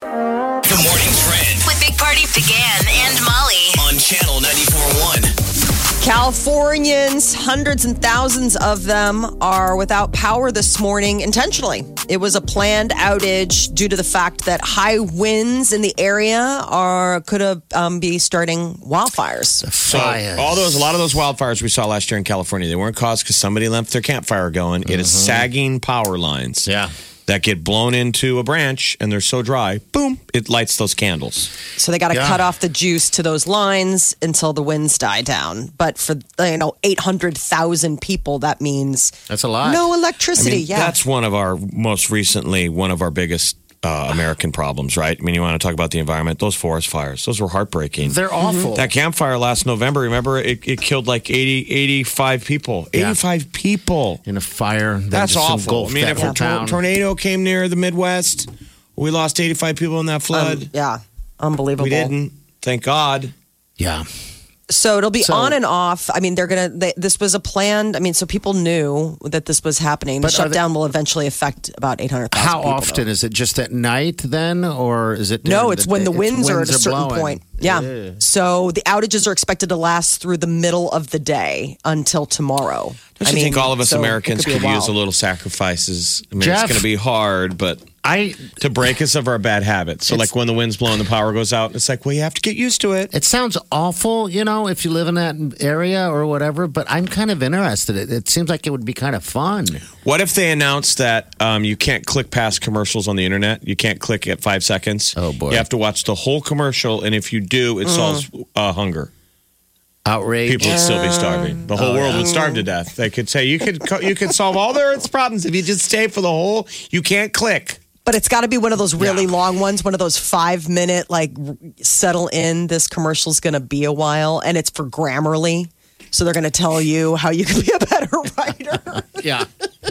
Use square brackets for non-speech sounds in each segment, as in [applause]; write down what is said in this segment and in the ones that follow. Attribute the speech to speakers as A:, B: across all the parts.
A: The morning trend
B: with Big Party began and Molly.
A: on channel 94.1.
C: Californians, hundreds and thousands of them, are without power this morning intentionally. It was a planned outage due to the fact that high winds in the area are could have um, be starting wildfires.
D: So all those, a lot of those wildfires we saw last year in California, they weren't caused because somebody left their campfire going. It is sagging power lines.
E: Mm-hmm. Yeah.
D: That get blown into a branch and they're so dry, boom, it lights those candles.
C: So they got to
E: Yeah.
C: cut off the juice to those lines until the winds die down. But for you know, eight hundred thousand people, that means
E: That's a lot.
C: no
D: I
C: electricity.
D: mean,
C: yeah,
D: That's one of our most recently, one of our biggest uh, American problems, right? I mean, you want to talk about the environment, those forest fires, those were heartbreaking.
E: They're
C: Mm-hmm.
E: awful.
D: that campfire last November, remember, it, it killed like 80, 85 people.
E: Yeah.
D: 85 people.
E: in a fire. that
D: That's
E: just
D: awful.
E: engulfed
D: I mean,
E: that
D: if
E: whole
D: a tor-
E: town.
D: tornado came near the Midwest, we lost 85 people in that flood.
C: Um, yeah, unbelievable.
D: we didn't. Thank God.
E: yeah,
C: So it'll be
E: So-
C: on and off. I mean, they're gonna. They, this was a planned. I mean, so people knew that this was happening. The
E: But are they-
C: shutdown will eventually affect about eight hundred thousand.
E: how often is it? Just at night then, or is it?
C: No,
E: during
C: it's when the
E: day?
C: winds are at a certain
E: blowing.
C: point. Yeah. So the outages are expected to last through the middle of the day until tomorrow.
D: Don't you think all of us
C: so it
D: Americans
C: be
D: could use a
C: while.
D: little sacrifices? I mean,
E: Jeff.
D: it's going to be hard, but
E: I.
D: to break us of our bad habits. So, like when the wind's blowing, the power goes out. It's like, well, you have to get used to it.
E: It sounds awful, you know, if you live in that area or whatever. But I'm kind of interested. It, it seems like it would be kind of fun.
D: What if they announce that um, you can't click past commercials on the internet? You can't click at five seconds.
E: Oh, boy.
D: You have to watch the whole commercial, and if you do,
C: Mm.
D: it solves uh, hunger.
E: Outrage.
D: People would still be starving. The whole world would starve to death. They could say you could co- you could solve all their Earth's problems if you just stay for the whole. You can't click.
C: But it's got to be one of those really long ones, one of those five minute, like, r- settle in. This commercial's going to be a while, and it's for Grammarly. So they're going to tell you how you can be a better [laughs] writer.
E: [laughs] yeah.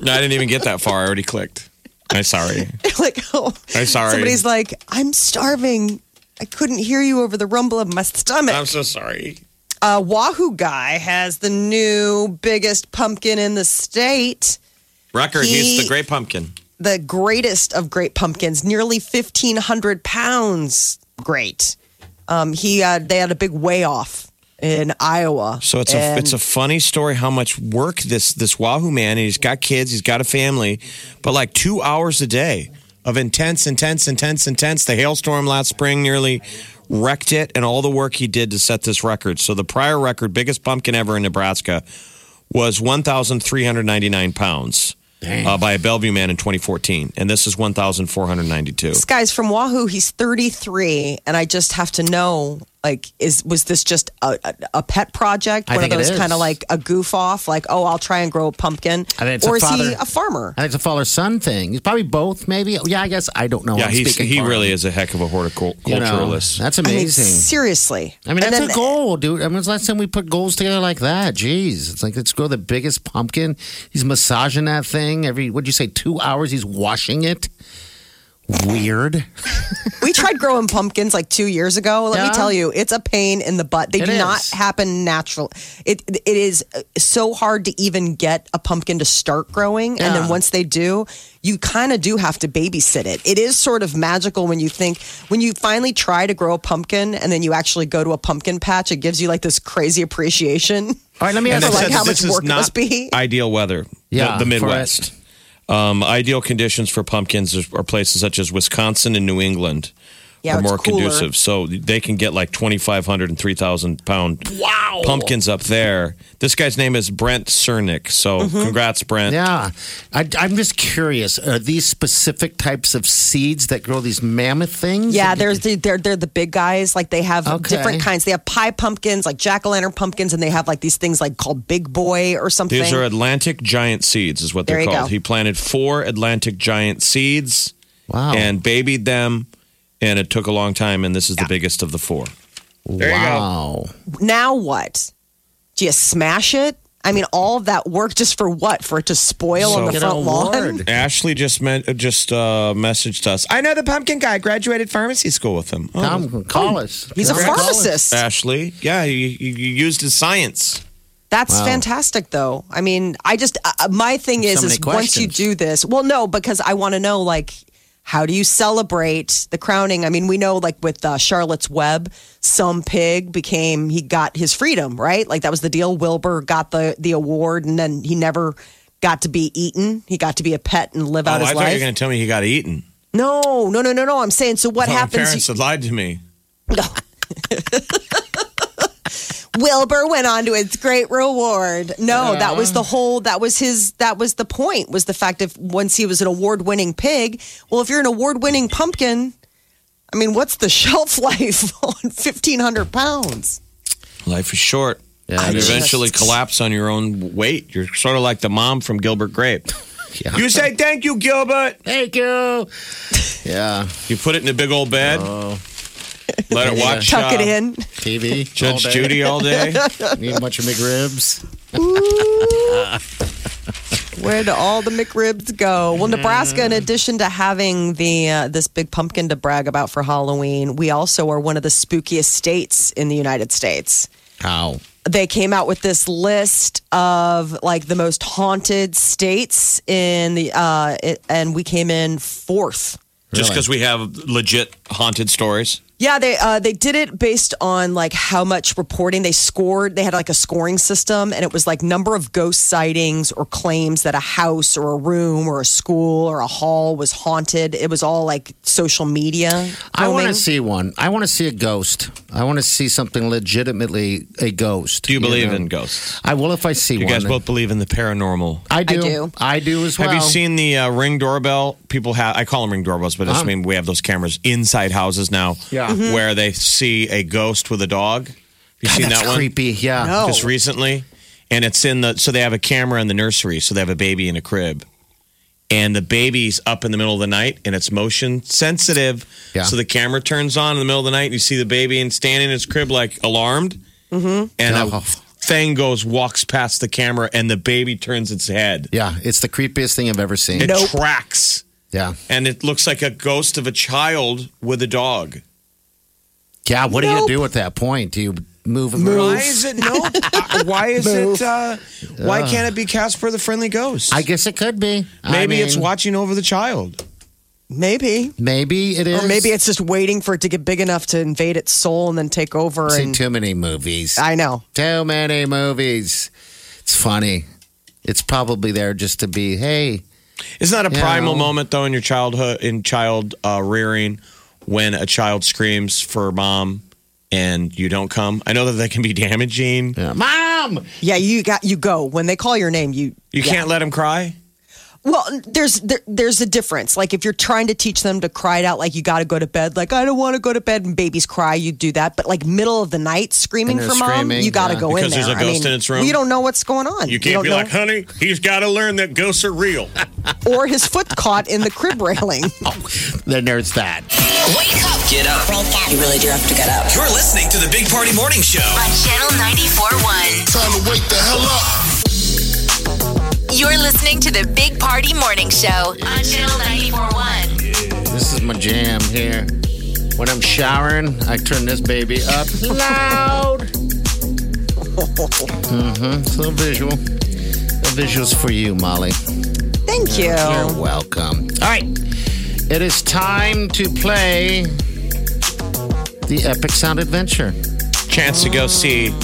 D: No, I didn't even get that far. I already clicked. I'm sorry.
C: [laughs] like, oh,
D: I'm sorry.
C: Somebody's like, I'm starving. I couldn't hear you over the rumble of my stomach.
D: I'm so sorry.
C: uh, Wahoo Guy has the new biggest pumpkin in the state,
D: Record.
C: He-
D: He's the great pumpkin.
C: the greatest of great pumpkins, nearly 1,500 pounds. Great. Um, he uh, They had a big weigh off in Iowa.
D: So it's a
C: And
D: it's a funny story how much work this this Wahoo man. And he's got kids. He's got a family, but like two hours a day of intense, intense, intense, intense. The hailstorm last spring nearly wrecked it, and all the work he did to set this record. So the prior record, biggest pumpkin ever in Nebraska, was one thousand three hundred ninety nine pounds. Uh, by a Bellevue man in 2014, and this is 1,492.
C: This guy's from Wahoo. He's 33, and I just have to know, like, is was this just a, a, a pet project?
E: I
C: One
E: think
C: of
E: it
C: those
E: is.
C: kind of like a goof off, like, oh, I'll try and grow a pumpkin,
E: I think it's
C: or
E: a
C: is he
E: father-
C: a farmer?
E: I think it's a father son thing. It's probably both, maybe. Yeah, I guess I don't know.
D: Yeah,
E: I'm
D: he's,
E: speaking
D: he
E: for
D: really
E: him.
D: is a heck of a horticulturalist.
E: You know, that's
C: I mean,
E: amazing.
C: seriously.
E: I mean,
C: And
E: that's
C: then-
E: a goal, dude. I mean, it's the last time we put goals together like that. Jeez. It's like, let's grow the biggest pumpkin. He's massaging that thing every, what'd you say, two hours? He's washing it. Weird.
C: We tried growing pumpkins like two years ago. Let me
E: Yeah.
C: tell you, it's a pain in the butt. They
E: It
C: do not
E: is.
C: happen natural. It it is uh, so hard to even get a pumpkin to start growing, and then
E: Yeah.
C: once they do, you kind of do have to babysit it. It is sort of magical when you think when you finally try to grow a pumpkin, and then you actually go to a pumpkin patch. It gives you like this crazy
E: [laughs]
C: appreciation.
E: All right, let me
C: And
E: ask
C: it's
E: you
C: like
E: this.
C: how much
D: this is
C: work it
D: not
C: must be.
D: Ideal weather.
E: Yeah,
D: The, the
E: for it.
D: Midwest. Um, ideal conditions for pumpkins is- are places such as Wisconsin and New England
C: Yeah,
D: are
C: it's
D: more
C: cooler.
D: conducive. So they can get like 2,500 and 3,000 pound pumpkins up there. This guy's name is Brent Cernick. So
C: Mm-hmm.
D: congrats, Brent.
E: Yeah. I, I'm just curious. Are these specific types of seeds that grow these mammoth things?
C: Yeah, there's the, they're they're the big guys. Like they have
E: Okay.
C: different kinds. They have pie pumpkins, like jack o' lantern pumpkins, and they have like these things like called Big Boy or something.
D: These are Atlantic giant seeds, is what
C: There
D: they're
C: you
D: called.
C: go.
D: He planted four Atlantic giant seeds
E: Wow.
D: and babied them. and it took a long time, and this is the biggest of the four.
E: wow.
C: Now what? Do you smash it? I mean, all of that work just for what? For it to spoil on the
E: Get
C: front
E: an
C: lawn?
E: award.
D: Ashley just meant, just uh, messaged us. I know the pumpkin guy. Graduated pharmacy school with him. Oh,
E: Come, call us.
C: He's a
E: Call us.
C: pharmacist.
D: Ashley, yeah, you, you you used his science.
C: That's
E: Wow.
C: fantastic, though. I mean, I just uh, uh, my thing is
E: So
C: is
E: many
C: once you
E: questions.
C: do this, well, no, because I want to know like how do you celebrate the crowning? I mean, we know like with uh, Charlotte's Web, some pig became he got his freedom, right? Like that was the deal. Wilbur got the the award, and then he never got to be eaten. He got to be a pet and live out
D: oh, I
C: his
D: thought you were
C: life.
D: going to tell me he got eaten.
C: No, no, no, no, no. I'm saying so. What
D: Oh, my
C: happens?
D: parents had lied to me.
C: Wilbur went on to his great reward. No, that was the whole, that was his, that was the point, was the fact of once he was an award winning pig. Well, if you're an award winning pumpkin, I mean, what's the [laughs] shelf life on 1,500 pounds?
D: Life is short.
E: Yeah,
D: and
E: it is.
D: eventually collapse on your own weight. You're sort of like the mom from Gilbert
C: [laughs]
D: Grape.
E: Yeah.
D: You say thank you, Gilbert.
C: [laughs]
E: Thank you. Yeah.
D: You put it in a big old bed. Let it watch.
C: Tuck it
D: uh,
C: in.
E: TV.
D: Judge
E: all day.
D: Judy all day.
E: Need a bunch of McRibs.
C: Where do all the McRibs go? Well, Nebraska, in addition to having the uh, this big pumpkin to brag about for Halloween, we also are one of the spookiest states in the United States.
E: How?
C: they came out with this list of like the most haunted states in the uh it, and we came in fourth
D: [laughs] Just because we have legit haunted stories.
C: yeah they uh they did it based on like how much reporting they scored they had like a scoring system and it was like number of ghost sightings or claims that a house or a room or a school or a hall was haunted it was all like social media
E: I want
C: filming.
E: to see one. I want to see a ghost. I want to see something legitimately a ghost.
D: Do you believe
E: know?
D: in ghosts?
E: I will if I see
D: You
E: one.
D: guys both believe in the paranormal.
E: I do. I
C: do.
E: do. as well.
D: Have you seen the uh, ring doorbell? People have. I call them ring doorbells, but I
E: Uh-huh.
D: mean we have those cameras inside houses now,
E: Yeah. Mhm.
D: where they see a ghost with a dog. Have you seen
E: That's
D: that one?
E: creepy. Yeah.
C: No.
D: Just recently, and it's in the. So they have a camera in the nursery. So they have a baby in a crib, and the baby's up in the middle of the night, and it's motion sensitive.
E: Yeah.
D: So the camera turns on in the middle of the night, and you see the baby and standing in his crib like alarmed, mm-hmm. and
E: Oh.
D: a thing goes walks past the camera, and the baby turns its head.
E: Yeah. It's the creepiest thing I've ever seen.
D: It tracks
E: Yeah.
D: and it looks like a ghost of a child with a dog.
E: Yeah. What do
C: Nope.
E: you do at that point? Do you move? Move.
D: Why is it no? uh, why is it? Uh, why can't it be Casper the Friendly Ghost?
E: I guess it could be. I
D: Maybe it's
E: mean,
D: watching over the child.
C: maybe
E: Maybe it is.
C: or maybe it's just waiting for it to get big enough to invade its soul and then take over
E: Seen
C: and
E: too many movies.
C: i know
E: too many movies. It's funny. It's probably there just to be. Hey.
D: Isn't that a
E: Yeah.
D: primal moment though in your childhood in child uh, rearing when a child screams for mom and you don't come? I know that that can be damaging.
E: Yeah. uh, Mom.
C: Yeah, you got you go when they call your name. You
D: You
C: yeah.
D: can't let him cry.
C: Well, there's there, there's a difference. Like if you're trying to teach them to cry it out, like you got to go to bed. Like I don't want to go to bed, and babies cry. You do that, but like middle of the night screaming
E: And
C: for
E: they're
C: mom,
E: screaming,
C: you got to
E: yeah.
C: go in
D: Because
C: there.
D: there's a
C: I
D: ghost
C: mean,
D: in its room?
C: We don't know what's going on.
D: You can't
C: We
D: be
C: don't
D: like, [laughs] honey, he's got to learn that ghosts are real.
C: know. or his foot caught in the
D: [laughs]
C: crib railing.
E: Then there's that.
B: Wake up
A: Get up.
F: You really do have to get up.
A: You're listening to the Big Party Morning Show.
B: on Channel 94.1.
G: Time to wake the hell up.
B: You're listening to the Big Party Morning Show on Channel 94.1.
E: This is my jam here. When I'm showering, I turn this baby up loud. Mm-hmm. [laughs] It's a little visual. The visuals for you, Molly.
C: Thank you.
E: You're welcome. All right. It is time to play the Epic Sound Adventure. [laughs]
D: chance to go see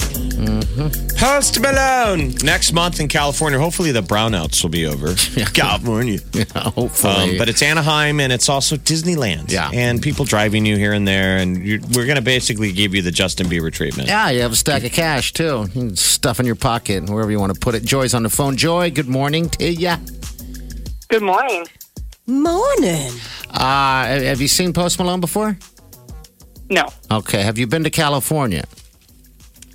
D: Post Malone next month in California. Hopefully, the brownouts will be over. California.
E: Hopefully.
D: Um, but it's Anaheim and it's also Disneyland.
E: Yeah.
D: And people driving you here and there. And you we're going to basically give you the Justin Bieber treatment.
E: yeah, you have a stack of cash too. You can stuff in your pocket, wherever you want to put it. Joy's on the phone. Joy, good morning to ya.
H: Good morning.
C: Morning.
E: Uh, have you seen Post Malone before?
H: No, [laughs]
E: Okay. Have you been to California?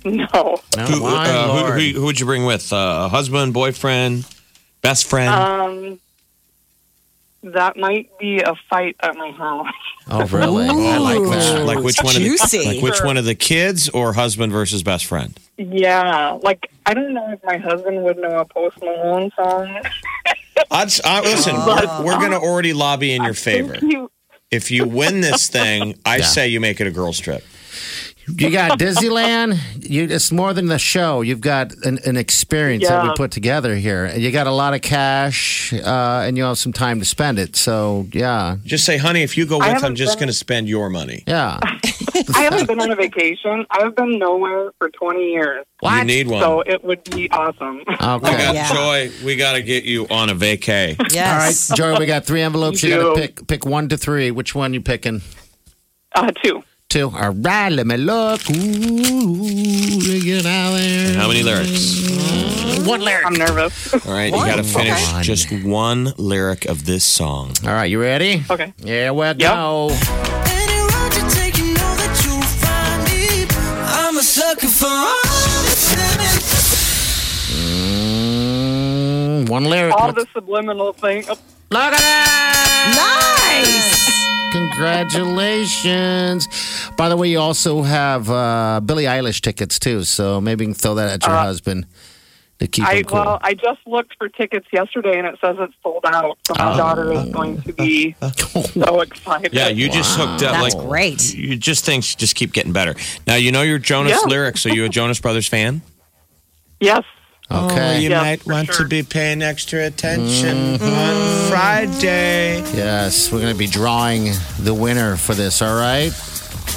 H: no.
E: No,
D: Who,
E: my
D: uh, who,
E: lord.
D: who, who would you
H: Oh.
D: bring with? Uh, husband, boyfriend, best friend?
H: Um, that might be a fight at my house.
E: Oh, really? I like that.
D: Like which one? Of
C: Juicy.
D: the, like which one of the kids or husband versus best friend?
H: Yeah, like I don't know if my husband would know a Post Malone song.
D: I'd, s- I, listen, we're, we're going to already lobby in your favor.
H: [laughs] He-
D: If you win this thing, I say you make it a girls trip.
E: You
H: [laughs]
E: got Disneyland. You, it's more than the show. You've got an, an experience that we
H: Yeah.
E: put together here. And You got a lot of cash, uh, and you have some time to spend it. So yeah,
D: Just say, honey, if you go with, I'm
H: haven't
D: just
H: been-
D: going to spend your money.
H: [laughs]
E: yeah.
H: I haven't been on a vacation. I've been nowhere for 20 years,
D: You need one.
H: so it would be awesome. [laughs]
D: we got
E: Okay.
C: Yeah.
D: Joy. We got to get you on a vacay.
E: All right,
C: Yes.
E: Joy. We got three envelopes. You,
H: You
E: got to
H: do.
E: pick pick one to three. Which one you picking?
H: Uh, two.
E: Two. All right. Let me look. Ooh, get out there.
D: How many lyrics?
E: One lyric.
H: I'm nervous. [laughs]
D: All right, you got to finish
E: Okay.
D: just one lyric of this song.
E: All right. You ready?
H: Okay.
E: Yeah. We go.
A: Any road you take, you know that you'll find me. I'm a sucker for all the feminine.
E: Mm, one lyric.
H: All the subliminal thing. Oh,
E: look at that.
C: Nice.
E: Congratulations. By the way, you also have uh, Billie Eilish tickets too, so maybe you can throw that at your husband to keep
H: Uh, I
E: him cool.
H: well, I just looked for tickets yesterday, and it says it's sold out. So my daughter is going to be so excited.
D: Oh. Yeah, you just hooked up.
C: That's
D: like
C: great.
D: You just things just keep getting better. Now you know your Jonas
H: Yeah.
D: lyrics. Are you a Jonas Brothers fan?
H: Yes.
D: Oh,
E: [laughs] [laughs] okay. Mm-hmm.
D: you
H: Yeah,
D: might
H: for
D: want to
H: sure.
D: be paying extra attention on Friday.
E: Yes, we're going to be drawing the winner for this. All right.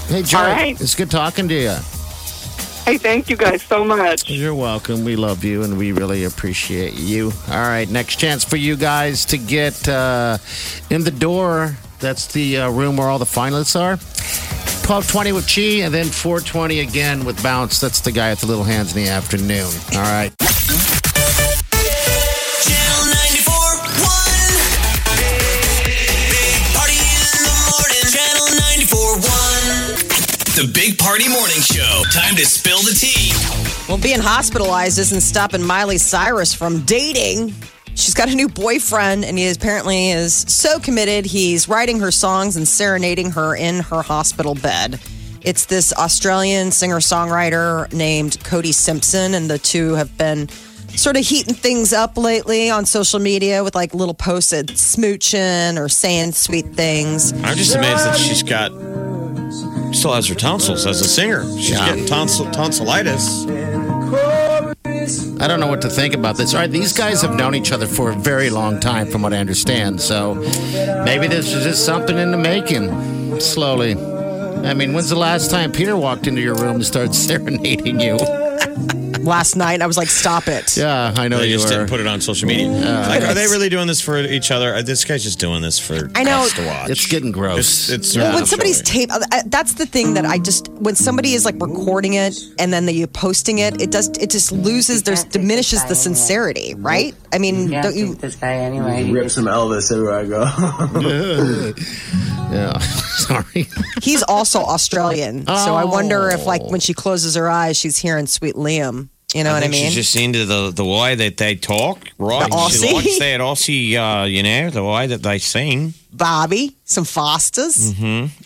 E: Hey, Joy.
H: All right.
E: It's good talking to you.
H: Hey, thank you guys so much.
E: You're welcome. We love you and we really appreciate you. All right, next chance for you guys to get uh, in the door. That's the uh, room where all the finalists are. 1220 with Chi and then 420 again with Bounce. That's the guy with the little hands in the afternoon. All right.
A: Channel 94.1. Big Party in the morning. Channel 94.1. The Big Party Morning Show. Time to spill the tea.
C: Well, being hospitalized isn't stopping Miley Cyrus from dating. She's got a new boyfriend, and he apparently is so committed. He's writing her songs and serenading her in her hospital bed. It's this Australian singer songwriter named Cody Simpson, and the two have been sort of heating things up lately on social media with like little posts at smooching or saying sweet things.
D: I'm just amazed that she's got still has her tonsils as a singer. She's getting tonsil tonsillitis.
E: I don't know what to think about this. All right, these guys have known each other for a very long time, from what I understand. So maybe this is just something in the making, slowly. I mean, when's the last time Peter walked into your room and started [laughs] serenading you?
C: Last night, I was like, stop it.
E: Yeah, I know
D: They
E: you
D: just
E: were.
D: didn't put it on social media. like, are they really doing this for each other? Uh, This guy's just doing this for
C: I know.
D: us to watch.
E: it's getting
D: It's,
E: gross.
D: it's
C: Well, when
D: really
C: somebody's
D: silly.
C: tape, I- I- that's the thing that I just when somebody is like recording it and then you're posting it, it does it just loses, there's diminishes the sincerity, right? I mean, don't you?
G: this guy anyway.
I: Rip some Elvis everywhere I go.
E: [laughs] yeah, [laughs] sorry.
C: He's also Australian, so I wonder if like when she closes her eyes, she's hearing "Sweet Liam." You know what I
D: think
C: mean?
D: She's just into the the way that they talk, right?
C: The
D: She
C: Aussie.
D: likes that Aussie, uh, you know, the way that they sing.
C: Bobby, some Fosters,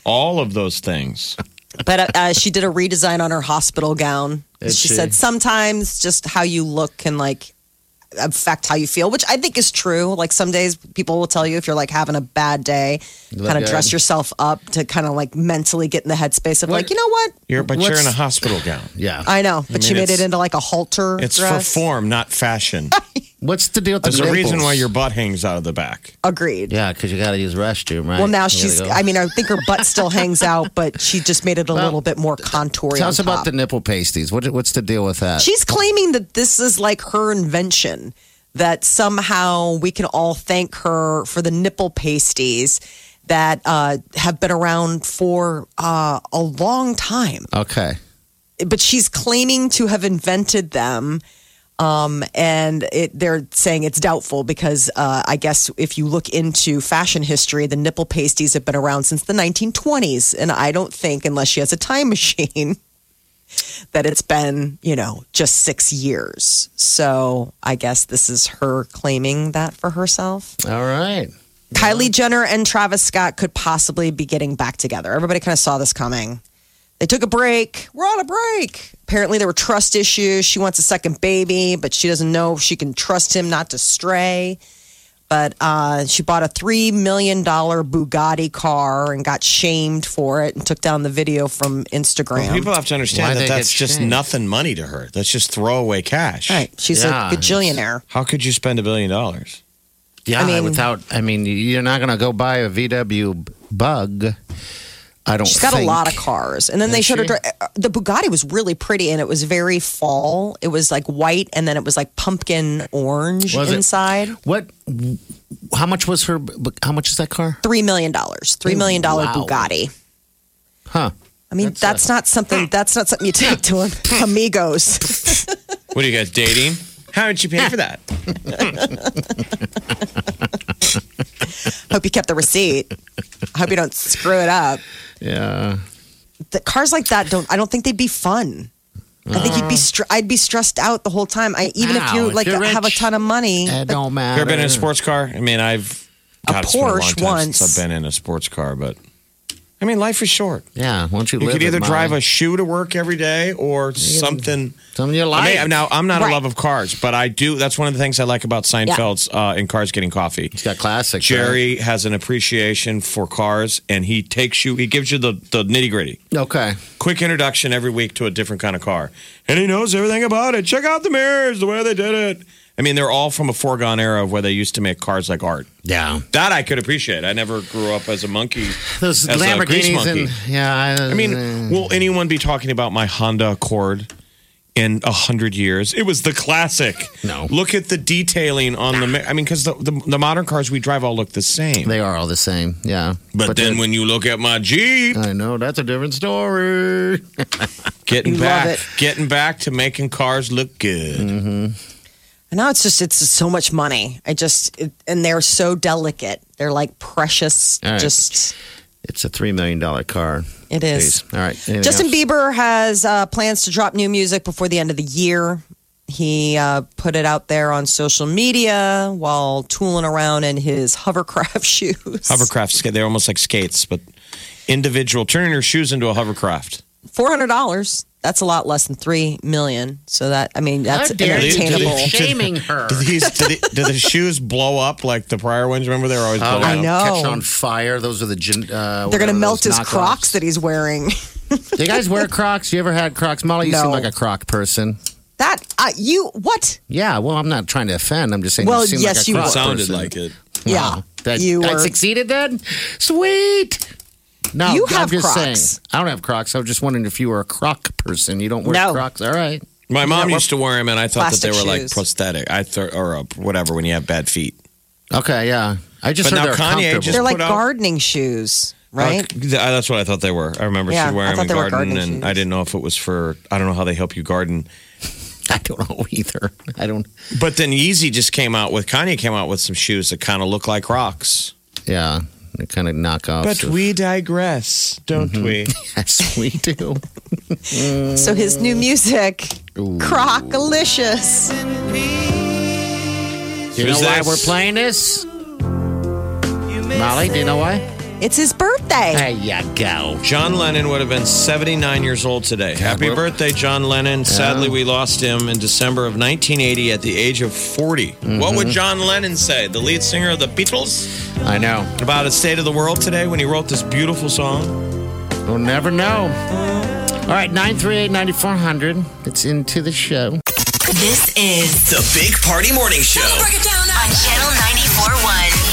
D: All of those things.
C: but uh, uh, she did a redesign on her hospital gown. She,
E: Did she?
C: said sometimes just how you look can like affect how you feel, which I think is true. Like some days people will tell you if you're like having a bad day,
E: look
C: kind of dress
E: good.
C: yourself up to kind of like mentally get in the headspace of
E: What-
C: like, you know what?
D: You're but you're in a
E: What's-
D: hospital gown.
E: Yeah.
C: I know, but she
D: mean,
C: made it
D: it's-
C: into like a halter.
D: It's
C: dress.
D: for form, not
C: [laughs]
D: fashion.
E: What's the deal with the
D: There's a reason
E: nipples?
D: why your butt hangs out of the back.
C: Agreed.
E: Yeah, because you got to use restroom, right?
C: Well, now
E: You gotta
C: she's.
E: go.
C: I mean, I think her butt still hangs out, but she just made it a little bit more contoury.
E: Tell
C: on
E: us about
C: top.
E: the nipple pasties. What, what's the deal with that?
C: She's claiming that this is like her invention, that somehow we can all thank her for the nipple pasties that uh, have been around for uh, a long time.
E: okay.
C: But she's claiming to have invented them. Um, and it, they're saying it's doubtful because uh, I guess if you look into fashion history, the nipple pasties have been around since the 1920s. And I don't think, unless she has a time [laughs] machine, that it's been, you know, just six years. So I guess this is her claiming that for herself.
E: All right.
C: Kylie Jenner and Travis Scott could possibly be getting back together. Everybody kind of saw this coming. They took a break. We're on a break. Apparently, there were trust issues. She wants a second baby, but she doesn't know if she can trust him not to stray. But uh, she bought a $3 million Bugatti car and got shamed for it and took down the video from Instagram.
D: People have to
E: Why
D: understand
E: they
D: that that's
E: get
D: just
E: shamed?
D: nothing money to her. That's just throwaway cash.
C: right. She's
E: Yeah,
C: a gajillionaire.
D: How could you spend a billion dollars?
E: Yeah,
C: I mean-
E: without, I mean, you're not going to go buy a VW Bug. I don't.
C: She's got a lot of
E: think.
C: cars. And then they showed
E: Doesn't
C: her. dri- The Bugatti was really pretty and it was very fall. It was like white and then it was like pumpkin orange
E: Was it?
C: inside.
E: What? How much was her? How much is that car?
C: $3 million. $3 million
E: Wow.
C: Bugatti.
E: Huh?
C: I mean, that's, not something. That's not something you take
E: [laughs]
C: to an amigos.
D: What are you guys dating? How did you pay for
C: [laughs]
D: that?
C: Hope you kept the receipt. Hope you don't screw it up.
E: Yeah.
C: The cars like that don't. I don't think they'd be fun. I think you'd be. Str- I'd be stressed out the whole time. I even if
E: Uh. Wow,
C: you
E: if
C: like
E: you're
C: have a
E: rich,
C: ton of money.
E: It don't matter.
D: You ever been in a sports car? I mean, I've
C: Uh, A
D: God, it's been long
C: Porsche
D: time
C: once.
D: Since I've been in a sports car, but I mean, life is short.
E: Yeah. Won't you?
D: You
E: live
D: could
E: it,
D: either drive
E: Molly?
D: a shoe to work every day or something.
E: some of your
D: I
E: life.
D: mean, now I'm not
C: Right.
D: a love of cars, but I do. That's one of the things I like about Seinfeld's uh, in Cars Getting Coffee.
E: He's got classics.
D: Jerry has an appreciation for cars, and he takes you. He gives you the the nitty gritty.
E: right? Okay.
D: Quick introduction every week to a different kind of car, and he knows everything about it. Check out the mirrors, the way they did it. I mean, they're all from a foregone era of where they used to make cars like art.
E: Yeah.
D: That I could appreciate. I never grew up as a monkey.
E: Those
D: As a grease
E: Lamborghinis
D: monkey.
E: and yeah. uh,
D: I mean, will anyone be talking about my Honda Accord in a hundred years? It was the classic.
E: No.
D: Look at the detailing on the. ma- I mean, because the, the the modern cars we drive all look the same.
E: they are all the same. Yeah.
D: But, then
E: the-
D: when you look at my Jeep,
E: I know that's a different story. [laughs]
D: getting
C: You love
D: back,
C: it.
D: getting back to making cars look good.
C: And now it's just it's just so much money. I just it, and they're so delicate. They're like precious.
E: All right.
C: Just
E: It's a three million dollar car.
C: it is.
E: Jeez. All right. anything
C: Justin
E: else?
C: Bieber has uh, plans to drop new music before the end of the year. He uh, put it out there on social media while tooling around in his hovercraft [laughs] shoes.
D: Hovercraft, ska- they're almost like skates, but individual. Turning your shoes into a hovercraft.
C: Four hundred dollars. That's a lot less than three million. So that I mean that's
E: How dare you
D: entertainable.
E: keep
C: entertainable.
E: Shaming her.
D: Do these do, the, [laughs] do the shoes blow up like the prior ones? Remember, they were always blowing
C: I
D: up.
C: know.
E: Catch on Oh, fire. Those are the. gin- Uh,
C: They're gonna
E: whatever
C: melt
E: those
C: his Crocs
E: knockoffs.
C: that he's wearing. [laughs]
E: Do you guys wear Crocs? You ever had Crocs? Molly, you seem
C: No.
E: like a Croc person.
C: That uh, you what?
E: Yeah, well, I'm not trying to offend. I'm just saying.
C: Well,
E: you seem
C: yes,
E: like a
C: you
E: Croc
C: were.
D: Sounded
E: person.
D: like it.
C: Yeah,
E: That,
C: you
E: I
C: were-
E: succeeded then. Sweet. No,
C: You
E: I'm
C: have
E: just
C: Crocs.
E: saying. I don't have Crocs. I was just wondering if you were a Croc person. You don't wear
C: No.
E: Crocs. All right.
D: My mom used to wear them, and I thought that they
C: plastic
D: were like
C: shoes.
D: prosthetic, I th- or uh, whatever when you have bad feet.
E: Okay. Yeah. I just
D: But
E: heard
D: now
E: they're
D: Kanye
E: comfortable.
D: just-
C: They're like
D: put out-
C: gardening shoes, right?
D: Uh, th- that's what I thought they were. I remember
C: Yeah,
D: she'd wear them
C: I thought
D: in
C: they were
D: garden,
C: garden
D: and
C: shoes.
D: I didn't know if it was for. I don't know how they help you garden.
E: [laughs] I don't know either. I don't.
D: But then Yeezy just came out with Kanye came out with some shoes that kind of look like rocks.
E: Yeah. They're kind of knockoffs. of-
D: we digress, don't we?
E: [laughs] yes, we
D: [laughs]
E: do.
C: So his new music, Crocalicious.
E: Do you know
D: Who's
E: why
D: this?
E: we're playing this? Molly, do you know why?
C: It's his birthday.
E: There you go.
D: John Lennon would have been 79 years old today. Happy
E: we're-
D: birthday, John Lennon. Sadly, we lost him in December of 1980 at the age of 40. What would John Lennon say, the lead singer of the Beatles,
E: I know.
D: about his state of the world today when he wrote this beautiful song?
E: We'll never know. All right, 938 9400. It's into the show.
B: This is
A: The Big Party Morning Show.
B: on Channel 94.1.